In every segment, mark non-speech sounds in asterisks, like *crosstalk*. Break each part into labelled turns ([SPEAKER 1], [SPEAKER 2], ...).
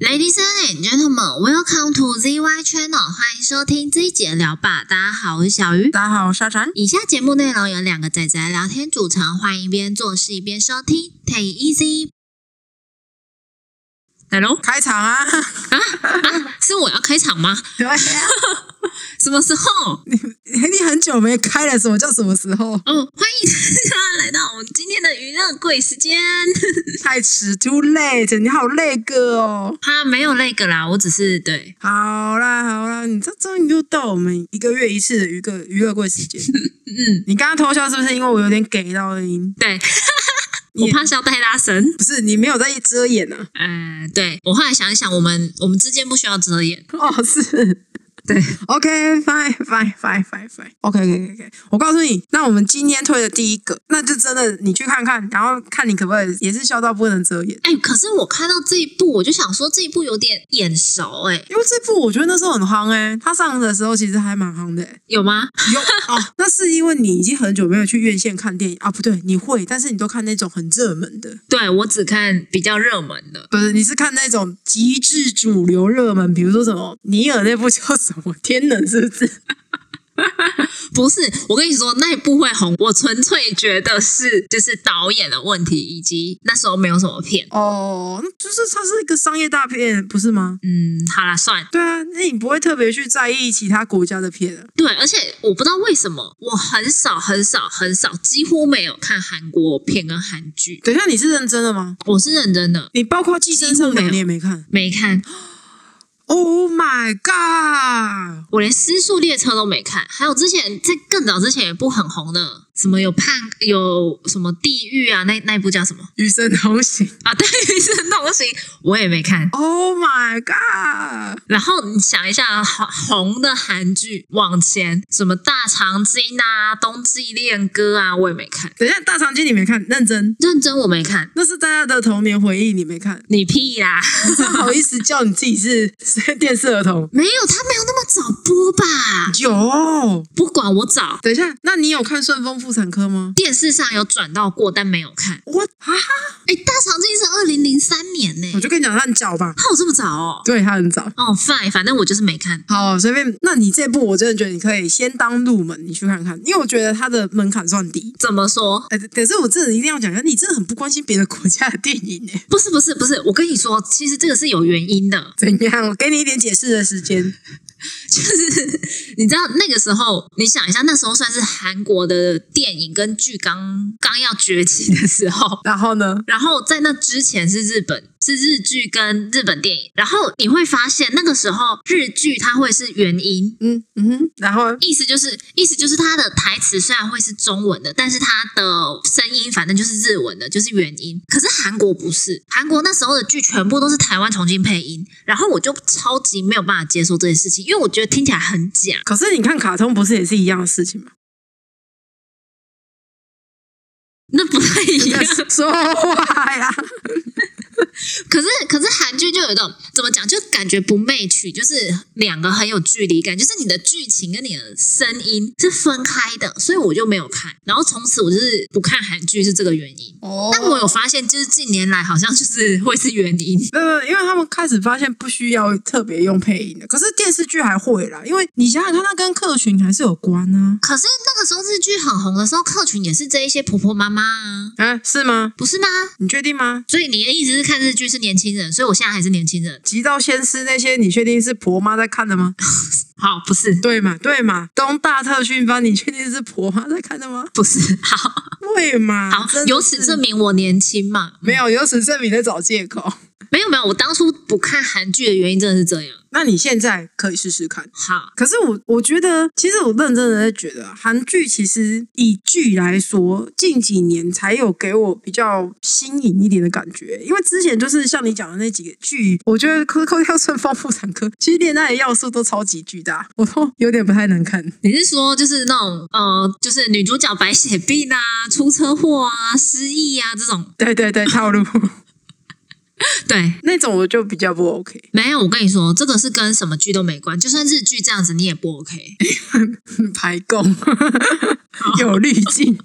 [SPEAKER 1] Ladies and gentlemen, welcome to ZY Channel，欢迎收听 Z 姐聊吧。大家好，我是小鱼。
[SPEAKER 2] 大家好，我是沙传。
[SPEAKER 1] 以下节目内容由两个仔仔聊天组成，欢迎一边做事一边收听，Take it easy。Hello，
[SPEAKER 2] 开场啊，
[SPEAKER 1] 是我要开场吗？
[SPEAKER 2] *laughs* 对啊，
[SPEAKER 1] 什么时候？
[SPEAKER 2] *laughs* 你很久没开了，什么叫什么时候？
[SPEAKER 1] 嗯，欢迎大家来到我们今天的娱乐柜时间。
[SPEAKER 2] 太迟，too late，你好累哥哦。
[SPEAKER 1] 啊，没有那个啦，我只是对
[SPEAKER 2] 好啦好啦，你这终于又到我们一个月一次的娱乐娱乐柜时间。 *laughs* 嗯，你刚刚偷笑是不是因为我有点给到音？
[SPEAKER 1] 对，
[SPEAKER 2] 你
[SPEAKER 1] 我怕笑太大声。
[SPEAKER 2] 不是，你没有在遮掩啊？
[SPEAKER 1] 呃，对我后来想一想，我们我们之间不需要遮掩。
[SPEAKER 2] *laughs* 哦，是。
[SPEAKER 1] 对，
[SPEAKER 2] OK，fine，fine，fine，fine，fine、OK，OK，OK，OK。我告诉你，那我们今天推的第一个，那就真的你去看看，然后看你可不可以也是笑到不能遮掩。
[SPEAKER 1] 哎、可是我看到这一部，我就想说这一部有点眼熟、哎，
[SPEAKER 2] 因为这部我觉得那时候很夯哎、它上的时候其实还蛮夯的、欸。
[SPEAKER 1] 有吗？
[SPEAKER 2] *laughs* 有哦，那是因为你已经很久没有去院线看电影啊，不对，你会，但是你都看那种很热门的，
[SPEAKER 1] 对我只看比较热门的，
[SPEAKER 2] 不是，你是看那种极致主流热门，比如说什么尼尔那部叫什么《天能》，是不是？
[SPEAKER 1] 不是。我跟你说，那一部会红，我纯粹觉得是就是导演的问题，以及那时候没有什么片。
[SPEAKER 2] *laughs* 哦，那就是它是一个商业大片，不是吗？
[SPEAKER 1] 嗯，好啦，算了
[SPEAKER 2] 对啊，那你不会特别去在意其他国家的片啊？
[SPEAKER 1] 对，而且我不知道为什么，我很少很少很少，几乎没有看韩国片跟韩剧。
[SPEAKER 2] 等一下，你是认真的吗？
[SPEAKER 1] 我是认真的，
[SPEAKER 2] 你包括《寄生
[SPEAKER 1] 几乎
[SPEAKER 2] 上
[SPEAKER 1] 没》
[SPEAKER 2] 流
[SPEAKER 1] 有
[SPEAKER 2] 你也没看
[SPEAKER 1] 没看，
[SPEAKER 2] ？Oh my god！
[SPEAKER 1] 我连《失速列车》都没看，还有之前在更早之前有一部很红的，什么有判有什么地狱啊，那那一部叫什么
[SPEAKER 2] 与神同行。
[SPEAKER 1] 啊？ *laughs* 对，是东西我也没看。
[SPEAKER 2] Oh my god！
[SPEAKER 1] 然后你想一下，啊红红的韩剧往前，什么《大长今》啊，《冬季恋歌》啊，我也没看。
[SPEAKER 2] 等一下，大长今你没看，认真，
[SPEAKER 1] 认真我没看，，
[SPEAKER 2] 那是大家的童年回忆，你没看
[SPEAKER 1] 你屁啦！ *laughs*
[SPEAKER 2] 不好意思叫你自己是 *laughs* 电视儿童。
[SPEAKER 1] 没有，他没有那么早播吧？
[SPEAKER 2] 有，
[SPEAKER 1] 不管我早，
[SPEAKER 2] 等一下，那你有看《顺风妇产科》吗？
[SPEAKER 1] 电视上有转到过，但没有看。
[SPEAKER 2] 我啊，
[SPEAKER 1] 哎，《大长今》是二零零三年呢、
[SPEAKER 2] 我就跟你讲，他很早吧？
[SPEAKER 1] 他有这么早哦？
[SPEAKER 2] 对他很早。
[SPEAKER 1] 哦，fine，反正我就是没看。
[SPEAKER 2] 好，随便。那你这部我真的觉得你可以先当入门，你去看看，因为我觉得它的门槛算低。
[SPEAKER 1] 怎么说？
[SPEAKER 2] 哎，可是我真的一定要讲，你真的很不关心别的国家的电影呢？
[SPEAKER 1] 不是不是不是，我跟你说，其实这个是有原因的，
[SPEAKER 2] *laughs* 怎样？我给你一点解释的时间。
[SPEAKER 1] 就是你知道那个时候，你想一下，那时候算是韩国的电影跟剧刚刚要崛起的时候，
[SPEAKER 2] *laughs*
[SPEAKER 1] *laughs*
[SPEAKER 2] 然后呢？
[SPEAKER 1] 然后在那之前是日本，是日剧跟日本电影，然后你会发现那个时候日剧它会是原因。
[SPEAKER 2] 嗯嗯哼，然后
[SPEAKER 1] 意思就是，意思就是它的台词虽然会是中文的，但是它的声音反正就是日文的，就是原音。可是韩国不是，韩国那时候的剧全部都是台湾重新配音，然后我就超级没有办法接受这件事情，因为我觉得听起来很假。
[SPEAKER 2] 可是你看卡通不是也是一样的事 *laughs* 情吗？
[SPEAKER 1] 那不太一样。
[SPEAKER 2] 说话呀，
[SPEAKER 1] *laughs* 可是，可是韩剧就有一种怎么讲，就感觉不 match，就是两个很有距离感，就是你的剧情跟你的声音是分开的，所以我就没有看。然后从此我就是不看韩剧，是这个原因。
[SPEAKER 2] 哦
[SPEAKER 1] 但我有发现，就是近年来好像就是会是原因。
[SPEAKER 2] 没有没有，因为他们开始发现不需要特别用配音的，可是电视剧还会啦，因为你想想看，它跟客群还是有关啊。
[SPEAKER 1] 可是那个时候日剧很红的时候，客群也是这一些婆婆妈妈啊，
[SPEAKER 2] 啊，是吗？
[SPEAKER 1] 不是吗？
[SPEAKER 2] 你确定吗？
[SPEAKER 1] 所以你的意思是看日剧是年轻人，所以我现在还是年轻人。
[SPEAKER 2] 极道先师那些，你确定是婆妈在看的 *laughs* 吗？
[SPEAKER 1] 好，不是，
[SPEAKER 2] 对嘛，对嘛，东大特训班，你确定是婆妈在看的吗？
[SPEAKER 1] *laughs* 不是，好
[SPEAKER 2] 对嘛，
[SPEAKER 1] 好
[SPEAKER 2] 真的，是
[SPEAKER 1] 由此证明我年轻嘛。
[SPEAKER 2] 没有，由此证明在找借口。
[SPEAKER 1] 没有没有，我当初不看韩剧的原因真的是这样。
[SPEAKER 2] 那你现在可以试试看。
[SPEAKER 1] 好，
[SPEAKER 2] 可是我我觉得，其实我认真的在觉得啊，韩剧其实以剧来说，近几年才有给我比较新颖一点的感觉。因为之前就是像你讲的那几个剧，我觉得扣扣掉《顺风妇产科》，其实恋爱的要素都超级巨大，我都有点不太能看。
[SPEAKER 1] 你是说就是那种呃，就是女主角白血病啊、出车祸啊、失忆啊这种？
[SPEAKER 2] *laughs* 对对对，套路
[SPEAKER 1] 对，
[SPEAKER 2] *laughs* 那种我就比较不 OK，
[SPEAKER 1] 没有，我跟你说，这个是跟什么剧都没关，就算日剧这样子你也不 OK。
[SPEAKER 2] *laughs* 排供有滤镜。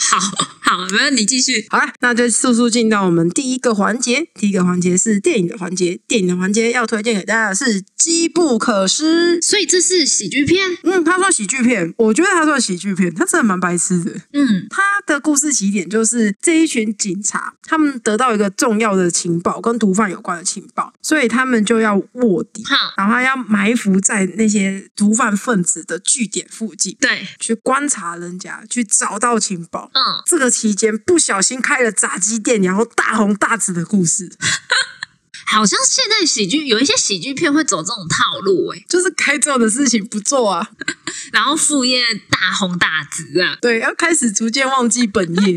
[SPEAKER 1] 好， *laughs* 好，没有你继续。
[SPEAKER 2] 好了，啊那就速速进到我们第一个环节。第一个环节是电影的环节，电影的环节要推荐给大家的是《机不可失》。
[SPEAKER 1] 所以这是喜剧片，
[SPEAKER 2] 嗯，他算喜剧片，我觉得他算喜剧片，他真的蛮白痴的。
[SPEAKER 1] 嗯
[SPEAKER 2] 他的故事起点就是这一群警察，他们得到一个重要的情报，跟毒贩有关的情报，所以他们就要卧底，
[SPEAKER 1] 好，
[SPEAKER 2] 然后他要埋伏在那些毒贩分子的据点附近，
[SPEAKER 1] 对，
[SPEAKER 2] 去观察人家，去找到情报。
[SPEAKER 1] 嗯，
[SPEAKER 2] 这个期间不小心开了炸鸡店，然后大红大紫的故事， *laughs*
[SPEAKER 1] 好像现在喜剧有一些喜剧片会走这种套路、欸，
[SPEAKER 2] 就是该做的事情不做啊，
[SPEAKER 1] 然后副业大红大紫啊，
[SPEAKER 2] 对，要开始逐渐忘记本业，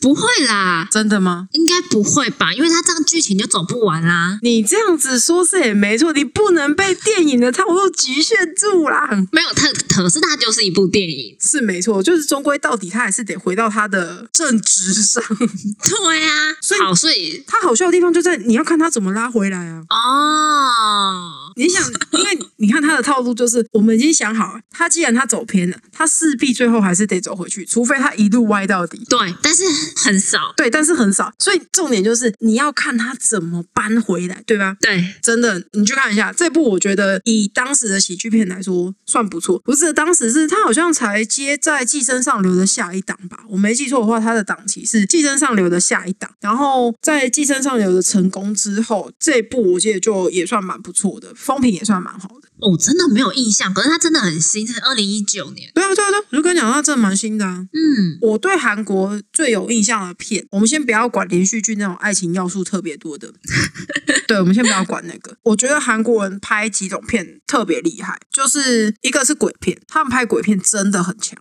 [SPEAKER 1] 不会啦，
[SPEAKER 2] *laughs* 真的吗？
[SPEAKER 1] 应该不会吧？因为他这样剧情就走不完啦。
[SPEAKER 2] 你这样子说是也没错，你不能被电影的套路局限住啦。 *laughs*
[SPEAKER 1] 没有，他可是它就是一部电影，
[SPEAKER 2] 是没错，就是终归到底，他还是得回到他的正直上。 *laughs*
[SPEAKER 1] 对啊，
[SPEAKER 2] 所以
[SPEAKER 1] 好，所以
[SPEAKER 2] 他好笑的地方就在你要看他怎么拉回来啊。
[SPEAKER 1] 哦，
[SPEAKER 2] 你想，因为你看他的套路就是，我们已经想好了，他既然他走偏了，他势必最后还是得走回去，除非他一路歪到底。
[SPEAKER 1] 对，但是很少，
[SPEAKER 2] 对，但是很少，所以重点就是你要看他怎么搬回来，对吧？
[SPEAKER 1] 对，
[SPEAKER 2] 真的，你去看一下这部，我觉得以当时的喜剧片来说算不错。不是，当时是他好像才接在《寄生上流》的下一档吧？我没记错的话，他的档期是《寄生上流》的下一档。然后在《寄生上流》的成功之后，这部我记得就也算蛮不错的，风评也算蛮好的。
[SPEAKER 1] 我、哦真的没有印象，可是它真的很新，是二零一九年，
[SPEAKER 2] 对啊，对啊，对啊，我就跟你讲，他真的蛮新的啊。
[SPEAKER 1] 嗯，
[SPEAKER 2] 我对韩国最有印象的片，我们先不要管连续剧那种爱情要素特别多的， *laughs* 对，我们先不要管那个。我觉得韩国人拍几种片特别厉害，就是一个是鬼片，他们拍鬼片真的很强。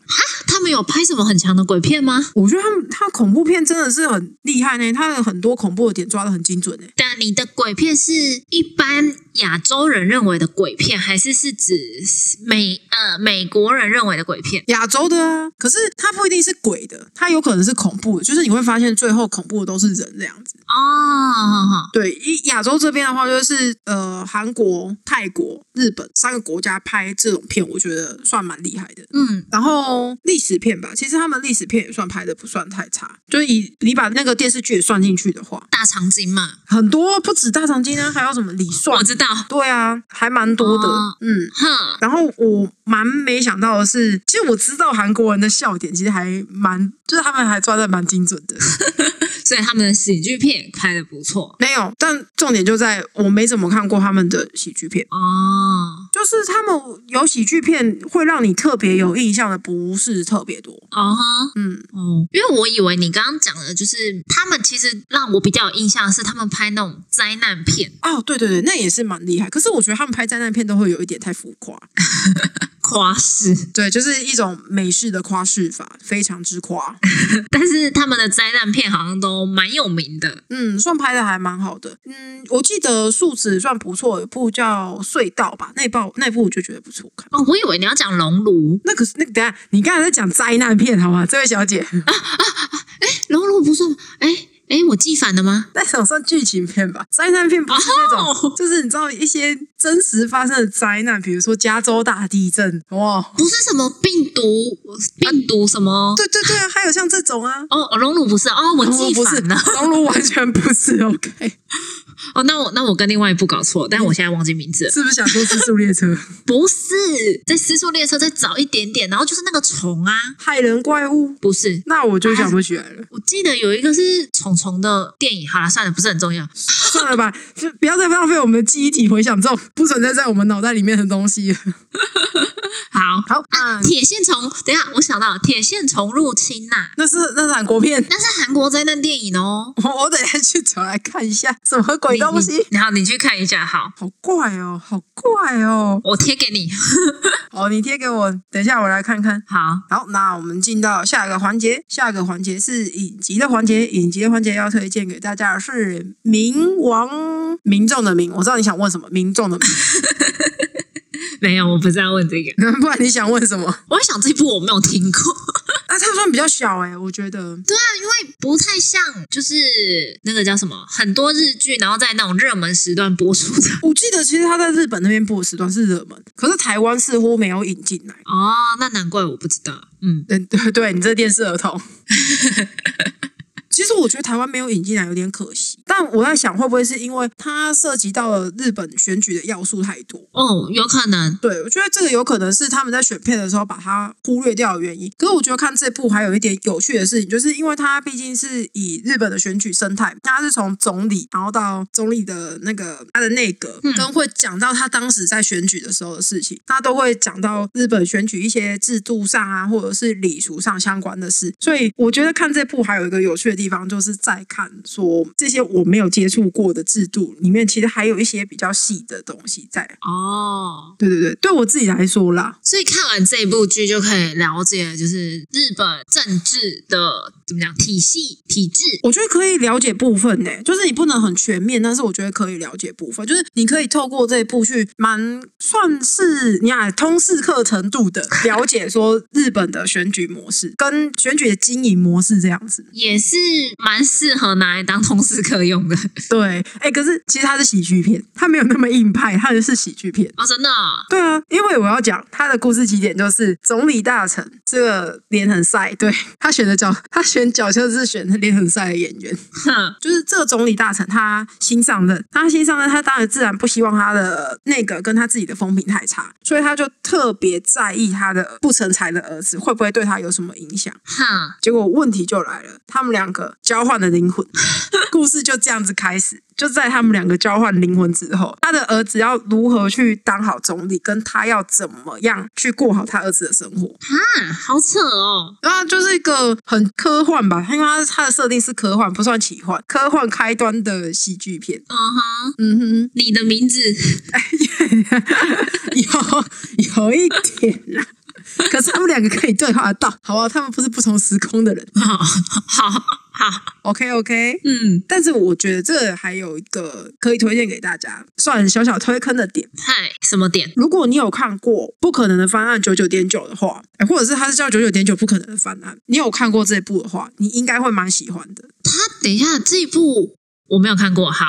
[SPEAKER 1] 他们有拍什么很强的鬼片吗？
[SPEAKER 2] 我觉得他们他恐怖片真的是很厉害呢，他的很多恐怖的点抓的很精准呢。
[SPEAKER 1] 但你的鬼片是一般亚洲人认为的鬼片，还是是指美呃美国人认为的鬼片？
[SPEAKER 2] 亚洲的啊，可是它不一定是鬼的，它有可能是恐怖的，就是你会发现最后恐怖的都是人这样子。
[SPEAKER 1] 哦，
[SPEAKER 2] 对，一亚洲这边的话，就是呃，韩国、泰国、日本三个国家拍这种片，我觉得算蛮厉害的。
[SPEAKER 1] 嗯，
[SPEAKER 2] 然后历史片吧，其实他们历史片也算拍的不算太差，就是以你把那个电视剧也算进去的话，
[SPEAKER 1] 大长今嘛，
[SPEAKER 2] 很多不止大长今啊天还有什么李算
[SPEAKER 1] 我，知道，
[SPEAKER 2] 对啊，还蛮多的，
[SPEAKER 1] 哦
[SPEAKER 2] 嗯。
[SPEAKER 1] 哼，
[SPEAKER 2] 然后我蛮没想到的是，其实我知道韩国人的笑点，其实还蛮，就是他们还抓的蛮精准的。
[SPEAKER 1] 所以他们的喜剧片拍的不错
[SPEAKER 2] 没有，但重点就在我没怎么看过他们的喜剧片。
[SPEAKER 1] 哦
[SPEAKER 2] 就是他们有喜剧片会让你特别有印象的，不是特别多。
[SPEAKER 1] 哦哈
[SPEAKER 2] 嗯，
[SPEAKER 1] 哦，因为我以为你刚刚讲的就是他们，其实让我比较有印象的是他们拍那种灾难片，
[SPEAKER 2] 哦，对对对，那也是蛮厉害。可是我觉得他们拍灾难片都会有一点太浮夸，
[SPEAKER 1] 夸饰，
[SPEAKER 2] 对，就是一种美式的夸饰法，非常之夸。
[SPEAKER 1] 但是他们的灾难片好像都蛮有名的
[SPEAKER 2] 嗯，算拍的还蛮好的。嗯，我记得素质算不错，有一部叫《隧道》吧，那部那部我就觉得不错看。
[SPEAKER 1] 哦。我以为你要讲熔炉，
[SPEAKER 2] 那可是那个等一下，你刚才在讲灾难片好吗？这位小姐，
[SPEAKER 1] 熔炉不算吗？哎哎，我记反了吗？
[SPEAKER 2] *laughs* 那种算剧情片吧？灾难片不是那种
[SPEAKER 1] 哦
[SPEAKER 2] 就是你知道一些真实发生的灾难，比如说加州大地震，哇，
[SPEAKER 1] 不是什么病毒，病毒什么？
[SPEAKER 2] 对对对啊，还有像这种啊，
[SPEAKER 1] 哦，哦熔炉不是哦，我记
[SPEAKER 2] 不是
[SPEAKER 1] 反了。，
[SPEAKER 2] 熔炉完全不是 OK，
[SPEAKER 1] 哦，那我那我跟另外一部搞错，但我现在忘记名字了。
[SPEAKER 2] 是不是想说《失速列车》 *laughs*
[SPEAKER 1] 不是，在《失速列车》再早一点点，然后就是那个虫啊，
[SPEAKER 2] 害人怪物？
[SPEAKER 1] 不是。
[SPEAKER 2] 那我就想不起来了，
[SPEAKER 1] 我记得有一个是虫虫的电影，好了，算了，不是很重要。
[SPEAKER 2] 算了吧，就不要再浪费我们的记忆体回想这种不存在在我们脑袋里面的东西了。
[SPEAKER 1] 好，
[SPEAKER 2] 好，啊、
[SPEAKER 1] 铁线虫，等一下，我想到铁线虫入侵呐、
[SPEAKER 2] 那是那是韩国片，
[SPEAKER 1] 那是韩国灾难电影哦。
[SPEAKER 2] 我我等一下去找来看一下，什么鬼东
[SPEAKER 1] 你
[SPEAKER 2] 西？
[SPEAKER 1] 你然嗯后你去看一下，好，
[SPEAKER 2] 好怪哦，好怪哦！
[SPEAKER 1] 我贴给你。
[SPEAKER 2] 哦，你贴给我，等一下我来看看。
[SPEAKER 1] 好，
[SPEAKER 2] 好，那我们进到下一个环节，下一个环节是影集的环节。影集的环节要推荐给大家的是《冥王》，民众的民，我知道你想问什么，民众的民，
[SPEAKER 1] 没有，我不是要问这个。
[SPEAKER 2] *laughs* 不然你想问什么？
[SPEAKER 1] 我在想这部我没有听过。
[SPEAKER 2] 那、它算比较小哎、我觉得
[SPEAKER 1] *laughs* 对啊，因为不太像，就是那个叫什么，很多日剧，然后在那种热门时段播出 *laughs* 的。
[SPEAKER 2] 我记得其实它在日本那边播的时段是热门，可是台湾似乎没有引进来。 *laughs*
[SPEAKER 1] 哦，那难怪我不知道。嗯，
[SPEAKER 2] 嗯，对对，你这电视儿童。我觉得台湾没有引进来有点可惜。但我在想，会不会是因为它涉及到了日本选举的要素太多？
[SPEAKER 1] 哦，有可能。
[SPEAKER 2] 对，我觉得这个有可能是他们在选片的时候把它忽略掉的原因。可是我觉得看这部还有一点有趣的事情，就是因为它毕竟是以日本的选举生态，它是从总理，然后到总理的那个他的内阁，跟会讲到他当时在选举的时候的事情，他都会讲到日本选举一些制度上啊，或者是礼俗上相关的事。所以我觉得看这部还有一个有趣的地方，就是在看说这些我没有接触过的制度里面，其实还有一些比较细的东西在。
[SPEAKER 1] 哦，
[SPEAKER 2] 对对对，对我自己来说啦，
[SPEAKER 1] 所以看完这部剧就可以了解，就是日本政治的怎么讲体系体制。
[SPEAKER 2] 我觉得可以了解部分呢、就是你不能很全面，但是我觉得可以了解部分，就是你可以透过这一部去蛮算是你看通识课程度的了解说日本的选举模式跟选举的经营模式这样子。
[SPEAKER 1] 也是蛮适合拿来当通识课用的
[SPEAKER 2] 对，哎、可是其实它是喜剧片，它没有那么硬派，它就是喜剧片。
[SPEAKER 1] *laughs* 哦，真的哦
[SPEAKER 2] 对啊，因为我要讲他的故事起点就是总理大臣这个脸很晒，对他选的角，他选角就是选脸很晒的演员。
[SPEAKER 1] 哼，
[SPEAKER 2] *laughs* 就是这个总理大臣他新上任，他新上任，他当然自然不希望他的内阁跟他自己的风评太差，所以他就特别在意他的不成才的儿子会不会对他有什么影响。
[SPEAKER 1] 哈，
[SPEAKER 2] 结果问题就来了，他们两个交换了灵魂， *laughs* 故事就这样子开始。就在他们两个交换灵魂之后，他的儿子要如何去当好总理，跟他要怎么样去过好他儿子的生活，
[SPEAKER 1] 哈，好扯哦，
[SPEAKER 2] 然后就是一个很科幻吧，因为它它的设定是科幻，不算奇幻，科幻开端的喜剧片。
[SPEAKER 1] 嗯哼，
[SPEAKER 2] 嗯哼， *laughs*
[SPEAKER 1] 你的名字
[SPEAKER 2] 有有一点啦。可是他们两个可以对话得到，好啊，他们不是不同时空的人。
[SPEAKER 1] *laughs* 好好好，
[SPEAKER 2] OK OK，
[SPEAKER 1] 嗯，
[SPEAKER 2] 但是我觉得这还有一个可以推荐给大家，算小小推坑的点。
[SPEAKER 1] 嗨，什么点？
[SPEAKER 2] 如果你有看过《不可能的方案》九九点九的话，哎或者是它是叫九九点九不可能的方案，你有看过这部的话，你应该会蛮喜欢的。
[SPEAKER 1] 他等一下这一部我没有看过，好，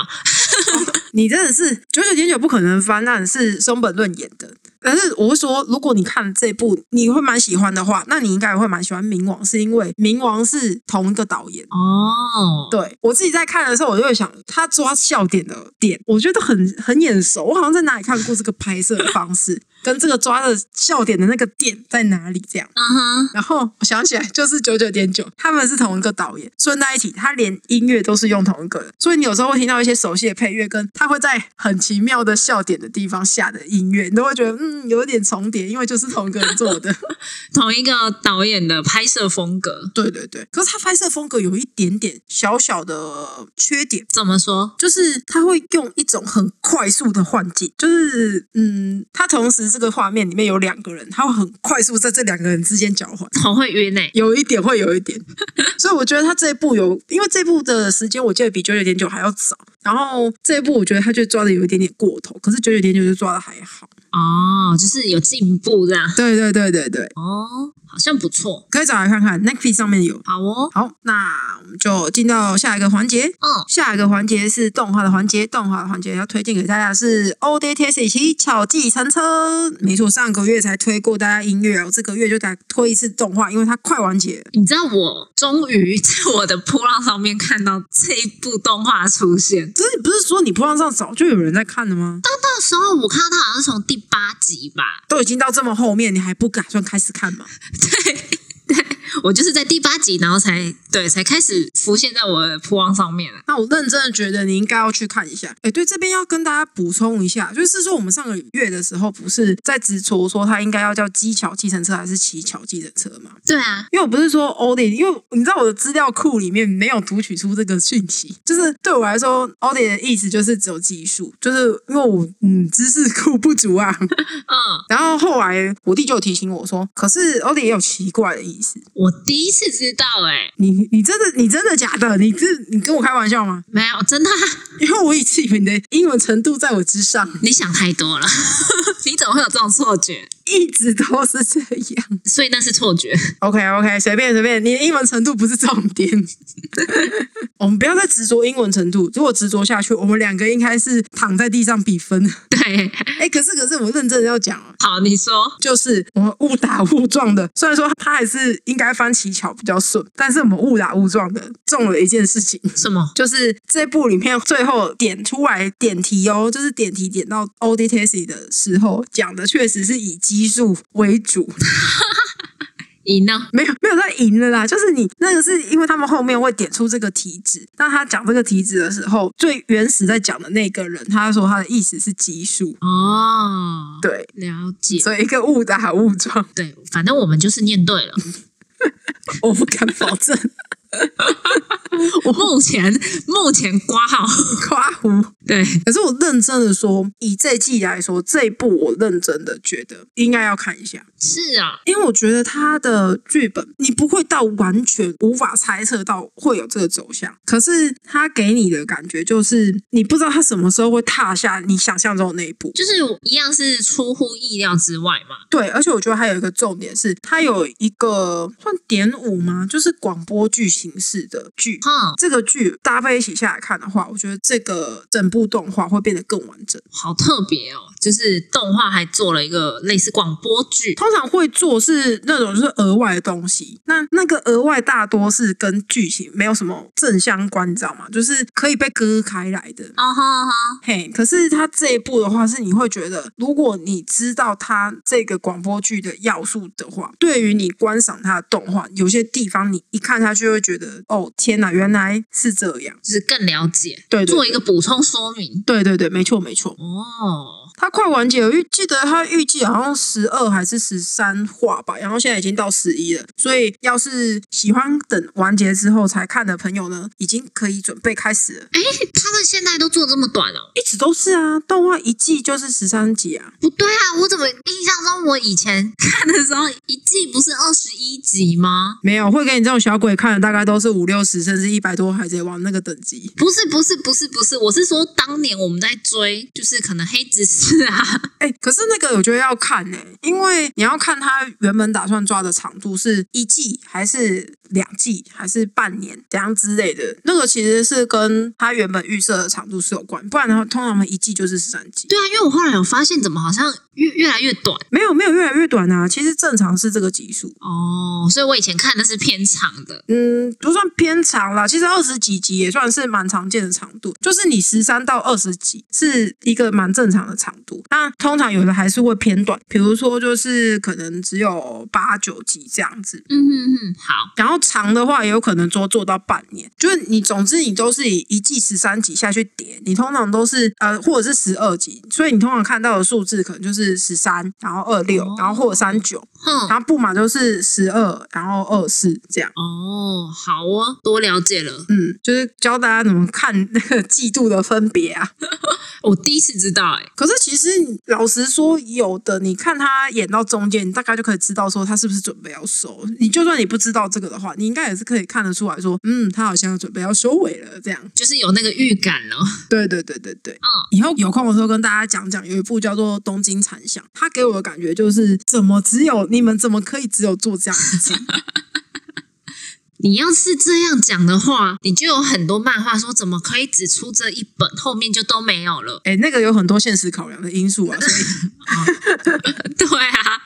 [SPEAKER 2] 你真的是九九点九不可能翻案是松本润演的，但是我是说，如果你看这部你会蛮喜欢的话，那你应该也会蛮喜欢《冥王》，是因为《冥王》是同一个导演。
[SPEAKER 1] 哦，
[SPEAKER 2] 对我自己在看的时候，我就会想，他抓笑点的点，我觉得很很眼熟，我好像在哪里看过这个拍摄的方式，跟这个抓的笑点的那个点在哪里这样。
[SPEAKER 1] 嗯哼，
[SPEAKER 2] 然后我想起来，就是九九点九，他们是同一个导演。顺带一提，他连音乐都是用同一个人，所以你有时候会听到一些熟悉的配乐，跟他会在很奇妙的笑点的地方下的音乐，你都会觉得嗯有点重叠，因为就是同一个人做的。 *laughs*
[SPEAKER 1] 同一个导演的拍摄风格，
[SPEAKER 2] 对对对，可是他拍摄风格有一点点小小的缺点。
[SPEAKER 1] 怎么说？
[SPEAKER 2] 就是他会用一种很快速的换景，就是嗯，他同时这个画面里面有两个人，他会很快速在这两个人之间交换。
[SPEAKER 1] 好会晕呢、欸
[SPEAKER 2] 有一点会有一点， *laughs* 所以我觉得他这一部有，因为这部的时间我记得比九九点九还要早，然后这一部我觉得他就抓的有一点点过头，可是九九点九就抓的还好。
[SPEAKER 1] 哦，就是有进步这样，
[SPEAKER 2] 对对对对对，
[SPEAKER 1] 哦，好像不错，
[SPEAKER 2] 可以找来看看，Netflix 上面有。
[SPEAKER 1] 好哦，
[SPEAKER 2] 好，那我们就进到下一个环节。
[SPEAKER 1] 嗯，
[SPEAKER 2] 下一个环节是动画的环节，动画的环节要推荐给大家是《O Day t e s t 巧计程车》。没错，上个月才推过大家音乐哦，这个月就给它推一次动画，因为它快完结了。
[SPEAKER 1] 你知道我终于在我的扑浪上面看到这一部动画出现。
[SPEAKER 2] 可是你不是说你破浪上早就有人在看了吗？
[SPEAKER 1] 那时候我看到它好像是从第八集吧，
[SPEAKER 2] *laughs*
[SPEAKER 1] *laughs*
[SPEAKER 2] 都已经到这么后面，你还不打算开始看吗？
[SPEAKER 1] 对。对，我就是在第八集，然后才对才开始浮现在我的扑浪上面了。
[SPEAKER 2] 那我认真的觉得你应该要去看一下。哎，对，这边要跟大家补充一下，就是说我们上个月的时候不是在执着说它应该要叫机巧计程车还是骑巧计程车吗？
[SPEAKER 1] 对啊，
[SPEAKER 2] 因为我不是说 Audi，因为你知道我的资料库里面没有读取出这个讯息，就是对我来说，Audi 的意思就是只有技术，就是因为我嗯知识库不足啊。 *laughs*
[SPEAKER 1] 嗯，
[SPEAKER 2] 然后后来我弟就有提醒我说，可是 Audi 也有奇怪的意思，
[SPEAKER 1] 我第一次知道、欸，哎，
[SPEAKER 2] 你你真的你真的假的？你这你跟我开玩笑吗？ *laughs*
[SPEAKER 1] 没有，真的啊，
[SPEAKER 2] 因为我一直以为你的英文程度在我之上，
[SPEAKER 1] 你想太多了， *laughs* 你怎么会有这种错觉？
[SPEAKER 2] 一直都是这样。
[SPEAKER 1] 所以那是错觉。 *laughs*
[SPEAKER 2] *laughs* OK OK，随便随便，你的英文程度不是重点。我们不要再执着英文程度，如果执着下去，我们两个应该是躺在地上比分。
[SPEAKER 1] 对，
[SPEAKER 2] *laughs* 哎，可是可是我认真的要讲啊，
[SPEAKER 1] 好，你说，
[SPEAKER 2] 就是我们误打误撞的，虽然说他还是应该翻起巧比较顺，但是我们误打误撞的中了一件事情， *laughs*
[SPEAKER 1] 什么？
[SPEAKER 2] 就是这部里面最后点出来点题哦，就是点题点到 o d t e s y 的时候讲的确实是以基数为主，
[SPEAKER 1] 赢了？
[SPEAKER 2] 没有没有在赢了啦，就是你那个是因为他们后面会点出这个题旨，那他讲这个题旨的时候，最原始在讲的那个人，他说他的意思是基数，
[SPEAKER 1] 哦，
[SPEAKER 2] 对，
[SPEAKER 1] 了解。
[SPEAKER 2] 所以一个误打误撞，
[SPEAKER 1] 对，反正我们就是念对
[SPEAKER 2] *laughs*
[SPEAKER 1] 了。
[SPEAKER 2] 我不敢保证。 *laughs*
[SPEAKER 1] 目前目前挂号，
[SPEAKER 2] 夸胡。
[SPEAKER 1] 对，
[SPEAKER 2] 可是我认真的说，以这季来说，这一部我认真的觉得应该要看一下，
[SPEAKER 1] 是啊，
[SPEAKER 2] 因为我觉得他的剧本你不会到完全无法猜测到会有这个走向，可是他给你的感觉就是你不知道他什么时候会踏下你想象中的那一步。
[SPEAKER 1] 就是一样是出乎意料之外嘛。
[SPEAKER 2] 对，而且我觉得还有一个重点是，它有一个算点舞吗？就是广播剧形式的剧。
[SPEAKER 1] 哈、
[SPEAKER 2] 这个剧搭配一起下来看的话，我觉得这个整部动画会变得更完整。
[SPEAKER 1] 好特别哦，就是动画还做了一个类似广播剧，
[SPEAKER 2] 通常会做是那种就是额外的东西，那那个额外大多是跟剧情没有什么正相关，你知道吗？就是可以被割开来的。
[SPEAKER 1] 哦哈哈，
[SPEAKER 2] 嘿，可是它这一部的话，是你会觉得，如果你知道它这个广播剧的要素的话，对于你观赏它的动画，有些地方你一看下去会觉得，哦，天哪，原来是这样。
[SPEAKER 1] 就是更了解，
[SPEAKER 2] 对对
[SPEAKER 1] 做一个补充说明。
[SPEAKER 2] 对对对，没错没错，
[SPEAKER 1] 哦，
[SPEAKER 2] 它快完结了，预记得它预计好像十二还是十三话吧，然后现在已经到十一了，所以要是喜欢等完结之后才看的朋友呢，已经可以准备开始了。
[SPEAKER 1] 哎，他们现在都做这么短哦？
[SPEAKER 2] 一直都是啊，动画一季就是十三集啊，
[SPEAKER 1] 不对啊，我怎么印象中我以前看的时候一季不是二十一集吗？
[SPEAKER 2] 没有会给你这种小鬼看的，大概都是五六十甚至一百多海贼王那个等级。
[SPEAKER 1] 不是不是不是不是，我是说当年我们在追，就是可能黑执事啊，
[SPEAKER 2] 哎、可是那个我觉得要看呢、因为你要看他原本打算抓的长度是一季还是两季还是半年怎样之类的，那个其实是跟他原本预设的长度是有关，不然的话，通常我们一季就是十三集。
[SPEAKER 1] *laughs* 对啊，因为我后来有发现，怎么好像越越来越短
[SPEAKER 2] 没有没有越来越短啊，其实正常是这个集数，
[SPEAKER 1] 哦，所以我以前看的是偏长的，
[SPEAKER 2] 嗯，不算偏长啦，其实二十几集也算是蛮常见的长度，就是你十三到二十集是一个蛮正常的长度。那通常有的还是会偏短，比如说就是可能只有八九集这样子。
[SPEAKER 1] 嗯哼哼，好，
[SPEAKER 2] 然后长的话，也有可能说做到半年，就是你总之你都是以一季十三集下去叠，你通常都是呃或者是十二集，所以你通常看到的数字可能就是十三，然后二六
[SPEAKER 1] 哦，
[SPEAKER 2] 然后或者三九，
[SPEAKER 1] 哼，
[SPEAKER 2] 然后不满就是十二，然后二四这样。
[SPEAKER 1] 哦，好哦，多了解了，
[SPEAKER 2] 嗯，就是教大家怎么看那个 *laughs* 季度的分别啊。
[SPEAKER 1] 我第一次知道、哎，
[SPEAKER 2] 可是其实老实说，有的你看他演到中间，你大概就可以知道说他是不是准备要收。你就算你不知道这个的话，你应该也是可以看得出来说，嗯，他好像准备要收尾了这样。
[SPEAKER 1] 就是有那个预感哦了，
[SPEAKER 2] 对对对对对。
[SPEAKER 1] 嗯，
[SPEAKER 2] 以后有空的时候跟大家讲讲，有一部叫做《东京残响》，它给我的感觉就是，怎么只有你们怎么可以只有做这样一季？
[SPEAKER 1] 你要是这样讲的话，你就有很多漫画说怎么可以只出这一本，后面就都没有了，
[SPEAKER 2] *laughs*
[SPEAKER 1] *laughs*
[SPEAKER 2] 哎、那个有很多现实考量的因素啊，所以
[SPEAKER 1] 对
[SPEAKER 2] *laughs*
[SPEAKER 1] 啊，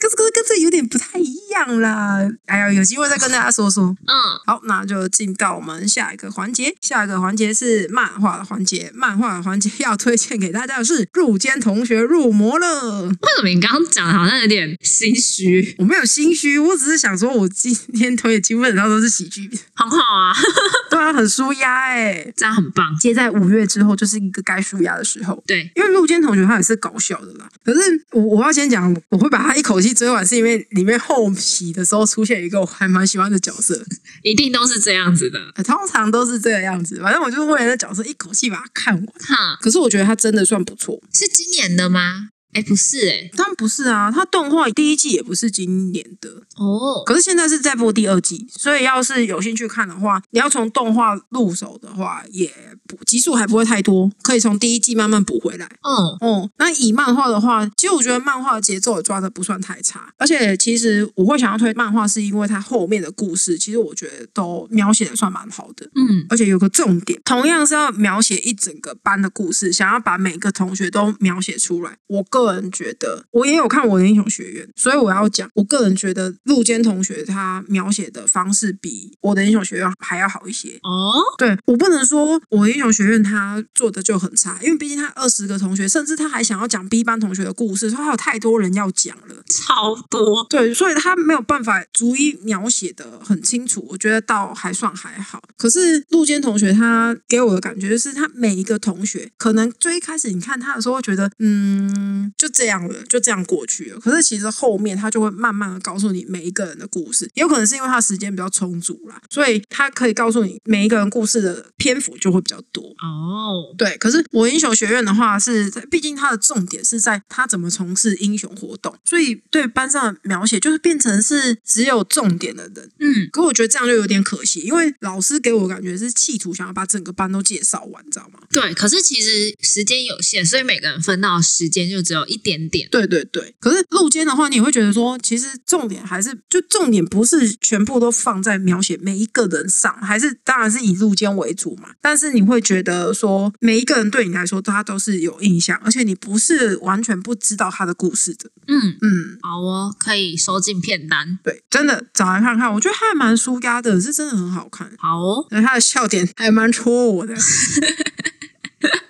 [SPEAKER 2] 可是可是跟这有点不太一样啦。哎呀，有机会再跟大家说说。
[SPEAKER 1] 嗯，
[SPEAKER 2] 好，那就进到我们下一个环节。下一个环节是漫画的环节，漫画的环节要推荐给大家的是《入间同学入魔了》。
[SPEAKER 1] 为什么你刚刚讲的好像有点心虚？
[SPEAKER 2] 我没有心虚，我只是想说，我今天推的基本上都是喜剧，
[SPEAKER 1] 很好啊， *laughs*
[SPEAKER 2] 对啊，很舒压哎、
[SPEAKER 1] 这样很棒，
[SPEAKER 2] 接在五月之后，就是一个该舒压的时候。
[SPEAKER 1] 对，
[SPEAKER 2] 因为陆坚同学他也是搞笑的啦，可是我我要先讲，我会把他一口气追完，是因为里面后期的时候出现一个我还蛮喜欢的角色，
[SPEAKER 1] 一定都是这样子的，
[SPEAKER 2] 呃通常都是这个样子。反正我就是为了那角色一口气把它看完。
[SPEAKER 1] 哈，
[SPEAKER 2] 可是我觉得他真的算不错，
[SPEAKER 1] 是今年的吗？哎，不是哎，
[SPEAKER 2] 但不是啊，它动画第一季也不是今年的，
[SPEAKER 1] 哦，
[SPEAKER 2] 可是现在是在播第二季，所以要是有兴趣看的话，你要从动画入手的话，也不集数还不会太多，可以从第一季慢慢补回来。
[SPEAKER 1] 哦，
[SPEAKER 2] 哦，那以漫画的话，其实我觉得漫画节奏也抓的不算太差，而且其实我会想要推漫画，是因为它后面的故事，其实我觉得都描写的算蛮好的。
[SPEAKER 1] 嗯，
[SPEAKER 2] 而且有个重点，同样是要描写一整个班的故事，想要把每个同学都描写出来。我个人觉得，我也有看《我的英雄学院》，所以我要讲，我个人觉得陆坚同学他描写的方式比《我的英雄学院》还要好一些。
[SPEAKER 1] 哦，
[SPEAKER 2] 对我不能说我的英雄学院他做的就很差，因为毕竟他二十个同学，甚至他还想要讲 B 班同学的故事，所以他有太多人要讲了。
[SPEAKER 1] 超多，
[SPEAKER 2] 对，所以他没有办法逐一描写的很清楚，我觉得倒还算还好。可是陆坚同学他给我的感觉就是，他每一个同学可能最一开始你看他的时候会觉得，嗯，就这样了，就这样过去了。可是其实后面他就会慢慢的告诉你每一个人的故事，也有可能是因为他时间比较充足啦，所以他可以告诉你每一个人故事的篇幅就会比较多。
[SPEAKER 1] 哦，
[SPEAKER 2] 对，可是我英雄学院的话是在，毕竟它的重点是在他怎么从事英雄活动，所以对班上的描写就是变成是只有重点的人。
[SPEAKER 1] 嗯，
[SPEAKER 2] 可我觉得这样就有点可惜，因为老师给我感觉是企图想要把整个班都介绍完，你知道吗？
[SPEAKER 1] 对，可是其实时间有限，所以每个人分到的时间就只有一点点，
[SPEAKER 2] 对对对。可是路肩的话，你会觉得说，其实重点还是就重点不是全部都放在描写每一个人上，还是当然是以路肩为主嘛。但是你会觉得说，每一个人对你来说，他都是有印象，而且你不是完全不知道他的故事的。
[SPEAKER 1] 嗯，
[SPEAKER 2] 嗯，
[SPEAKER 1] 好哦，可以收进片单，
[SPEAKER 2] 对，真的找来看看，我觉得还蛮舒压的，是真的很好看。
[SPEAKER 1] 好哦，
[SPEAKER 2] 而他的笑点还蛮戳我的，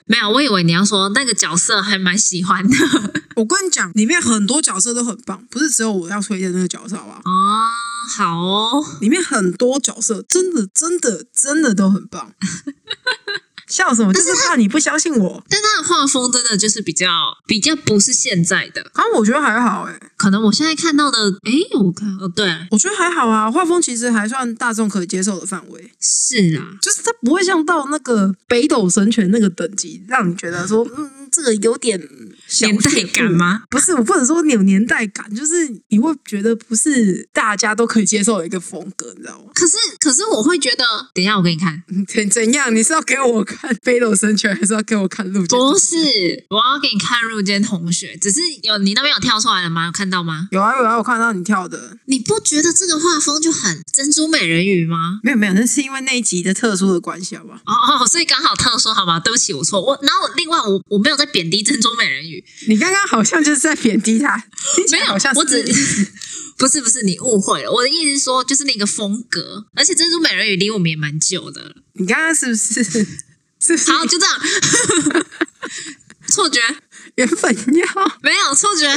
[SPEAKER 1] 没有，我以为你要说那个角色还蛮喜欢 *laughs* 的
[SPEAKER 2] 我跟你讲，里面很多角色都很棒，不是只有我要推荐那个角色，好不好？
[SPEAKER 1] 哦，好哦，
[SPEAKER 2] 里面很多角色真的真的真的都很棒。 *laughs* 笑什么？就是怕你不相信我。
[SPEAKER 1] 但他的画风真的就是比较比较不是现在的，
[SPEAKER 2] 啊，我觉得还好哎、
[SPEAKER 1] 可能我现在看到的，诶，我看哦，对，
[SPEAKER 2] 我觉得还好啊，画风其实还算大众可接受的范围，
[SPEAKER 1] 是啊，
[SPEAKER 2] 就是它不会像到那个北斗神拳那个等级，让你觉得说，嗯，这个有点小
[SPEAKER 1] 年代
[SPEAKER 2] 确
[SPEAKER 1] 感
[SPEAKER 2] 步
[SPEAKER 1] 吗？
[SPEAKER 2] 不是，我不能说你有年代感，就是你会觉得不是大家都可以接受的一个风格，你知道吗？ *laughs*
[SPEAKER 1] 可是可是我会觉得，等一下我给你看，
[SPEAKER 2] 怎怎样？你是要给我看《北斗神拳》，还是要给我看《陆剑》？
[SPEAKER 1] 不是，我要给你看入间同学，只是有你那边有跳出来了吗？有看到吗？
[SPEAKER 2] 有啊有啊，我看到你跳的。
[SPEAKER 1] 你不觉得这个画风就很珍珠美人鱼吗？
[SPEAKER 2] 没有没有，那是因为那一集的特殊的关系，好不好？
[SPEAKER 1] 哦哦，所以刚好特说好吗？对不起，我错。我然后另外我我没有在贬低珍珠美人鱼，
[SPEAKER 2] 你刚刚好像就是在贬低他，听起
[SPEAKER 1] 没
[SPEAKER 2] 来
[SPEAKER 1] 有，
[SPEAKER 2] 好像是
[SPEAKER 1] 我只 *laughs* 不是不是你误会了。我的意思是说，就是那个风格，而且珍珠美人鱼离我们也蛮久的了。
[SPEAKER 2] 你刚刚是不是是不是
[SPEAKER 1] 好，就这样， *laughs* 错觉
[SPEAKER 2] 原本要
[SPEAKER 1] 没有错觉，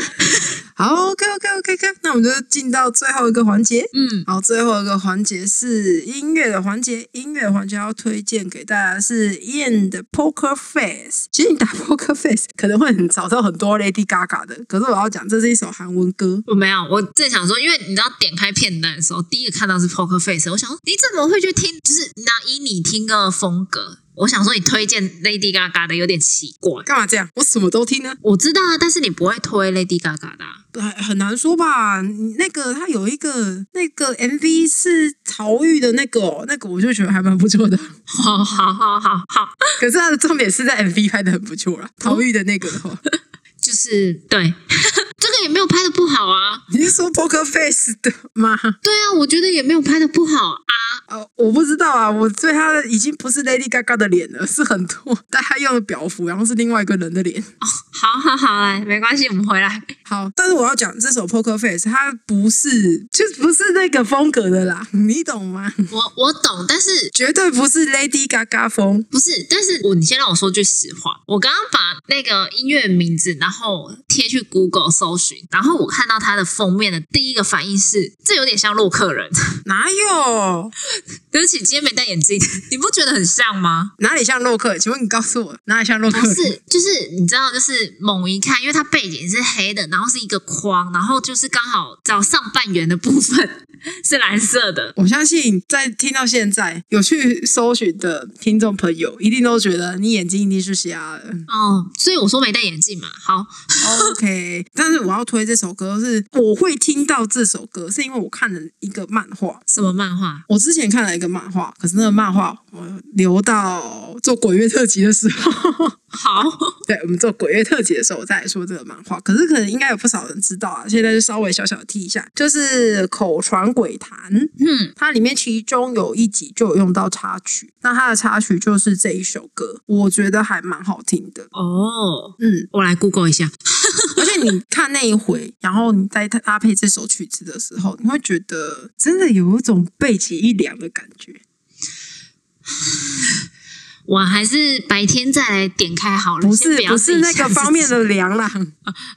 [SPEAKER 2] 好 OK OK OK OK，那我们就进到最后一个环节。
[SPEAKER 1] 嗯，
[SPEAKER 2] 好，最后一个环节是音乐的环节。音乐环节要推荐给大家是 Ian 的 Poker Face。其实你打 *laughs* Poker Face 可能会很找到很多 Lady Gaga 的，可是我要讲这是一首韩文歌。
[SPEAKER 1] 我没有，我正想说，因为你知道点开片单的时候，第一个看到是 Poker Face，我想说你怎么会去听？就是那以你听歌的风格，我想说你推荐 Lady Gaga 的有点奇怪。
[SPEAKER 2] 干嘛这样？我什么都听呢？
[SPEAKER 1] 我知道啊，但是你不会推 Lady Gaga 的啊、 *laughs*
[SPEAKER 2] 很很难说吧？你那个他有一个那个 MV 是陶玉的那个、哦，那个我就觉得还蛮不错的。 *laughs*
[SPEAKER 1] 好好好好好，
[SPEAKER 2] 可是他的重点是在 MV 拍的很不错啦。陶玉的那个的话，
[SPEAKER 1] 就是对， *laughs* 这个也没有拍的不好啊。
[SPEAKER 2] *laughs* 你是说 Poker Face 的吗？
[SPEAKER 1] 对啊，我觉得也没有拍的不好啊。
[SPEAKER 2] *laughs* 呃，我不知道啊，我对他的已经不是 Lady Gaga 的脸了，是很多，但他用的表符，然后是另外一个人的脸。
[SPEAKER 1] 好好好，来，没关系，我们回来。
[SPEAKER 2] 好，但是我要讲这首 Poker Face，它不是，就不是那个风格的啦，你懂吗？
[SPEAKER 1] 我我懂，但是
[SPEAKER 2] 绝对不是 Lady Gaga 风。
[SPEAKER 1] 不是，但是我你先让我说句实话，我刚刚把那个音乐名字，然后贴去 Google 搜寻，然后我看到它的封面的第一个反应是，这有点像洛克人。
[SPEAKER 2] 哪有
[SPEAKER 1] 对不起，今天没戴眼镜，你不觉得很像吗？
[SPEAKER 2] 哪里像洛克？请问你告诉我哪里像洛克？
[SPEAKER 1] 不是，就是你知道，就是猛一看，因为它背景是黑的，然后是一个框，然后就是刚好找上半圆的部分， *laughs* 是蓝色的。
[SPEAKER 2] *laughs* 我相信在听到现在有去搜寻的听众朋友，一定都觉得你眼睛一定是瞎了。
[SPEAKER 1] 哦，所以我说没戴眼镜嘛。好，哦
[SPEAKER 2] OK，但是我要推这首歌是，我会听到这首歌是因为我看了一个漫画。
[SPEAKER 1] 什么漫画？
[SPEAKER 2] 我之前看了一个漫画，可是那个漫画我留到做鬼月特辑的时候，
[SPEAKER 1] 好，
[SPEAKER 2] 对我们做鬼月特辑的时候我再来说这个漫画。可是可能应该有不少人知道啊，现在就稍微小小的提一下，就是《口传鬼谈》。
[SPEAKER 1] 嗯，
[SPEAKER 2] 它里面其中有一集就有用到插曲，那它的插曲就是这一首歌，我觉得还蛮好听的。
[SPEAKER 1] *laughs* 哦，
[SPEAKER 2] 嗯，
[SPEAKER 1] *laughs* 我来 Google 一下。
[SPEAKER 2] 而且你看那一回，然后你再搭配这首曲子的时候，你会觉得真的有一种背脊一凉的感觉。
[SPEAKER 1] 我还是白天再来点开好了，
[SPEAKER 2] 不
[SPEAKER 1] 先
[SPEAKER 2] 是
[SPEAKER 1] 要
[SPEAKER 2] 不
[SPEAKER 1] 自
[SPEAKER 2] 是
[SPEAKER 1] 己
[SPEAKER 2] 那个
[SPEAKER 1] 吓自
[SPEAKER 2] 方面
[SPEAKER 1] 己
[SPEAKER 2] 的凉啦，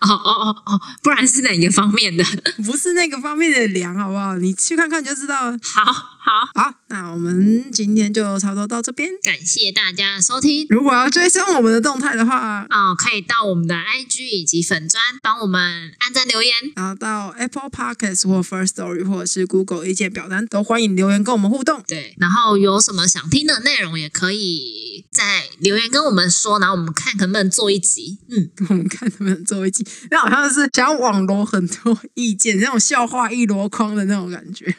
[SPEAKER 1] 哦哦哦哦，不然是哪一个方面的？ *laughs*
[SPEAKER 2] 不是那个方面的凉，好不好？你去看看就知道了。
[SPEAKER 1] 好好，
[SPEAKER 2] 好，那我们今天就差不多到这边。
[SPEAKER 1] 感谢大家的收听。
[SPEAKER 2] 如果要追踪我们的动态的话，
[SPEAKER 1] 哦，可以到我们的 IG 以及粉砖帮我们按赞留言。
[SPEAKER 2] 然后到 Apple Podcast 或 First Story 或者是 Google 意见表单都欢迎留言跟我们互动。
[SPEAKER 1] 对，然后有什么想听的内容，也可以在留言跟我们说，然后我们看能不能做一集。嗯，
[SPEAKER 2] 我们看能不能做一集，那好像是想要网罗很多意见，那种笑话一箩筐的那种感觉。
[SPEAKER 1] *laughs*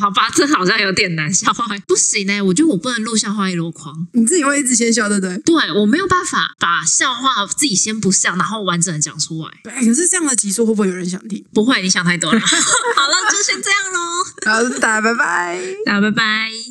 [SPEAKER 1] 好吧，这好像有点难，笑话不行呢、我觉得我不能录笑话一箩筐。
[SPEAKER 2] 你自己会一直先笑，对不对？
[SPEAKER 1] 对我没有办法把笑话自己先不笑，然后完整的讲出来。
[SPEAKER 2] 哎，可是这样的集数会不会有人想听？
[SPEAKER 1] 不 *laughs* 会，你想太多了。好了，就先这样喽，
[SPEAKER 2] *laughs* 好，大家拜拜。
[SPEAKER 1] 那拜拜。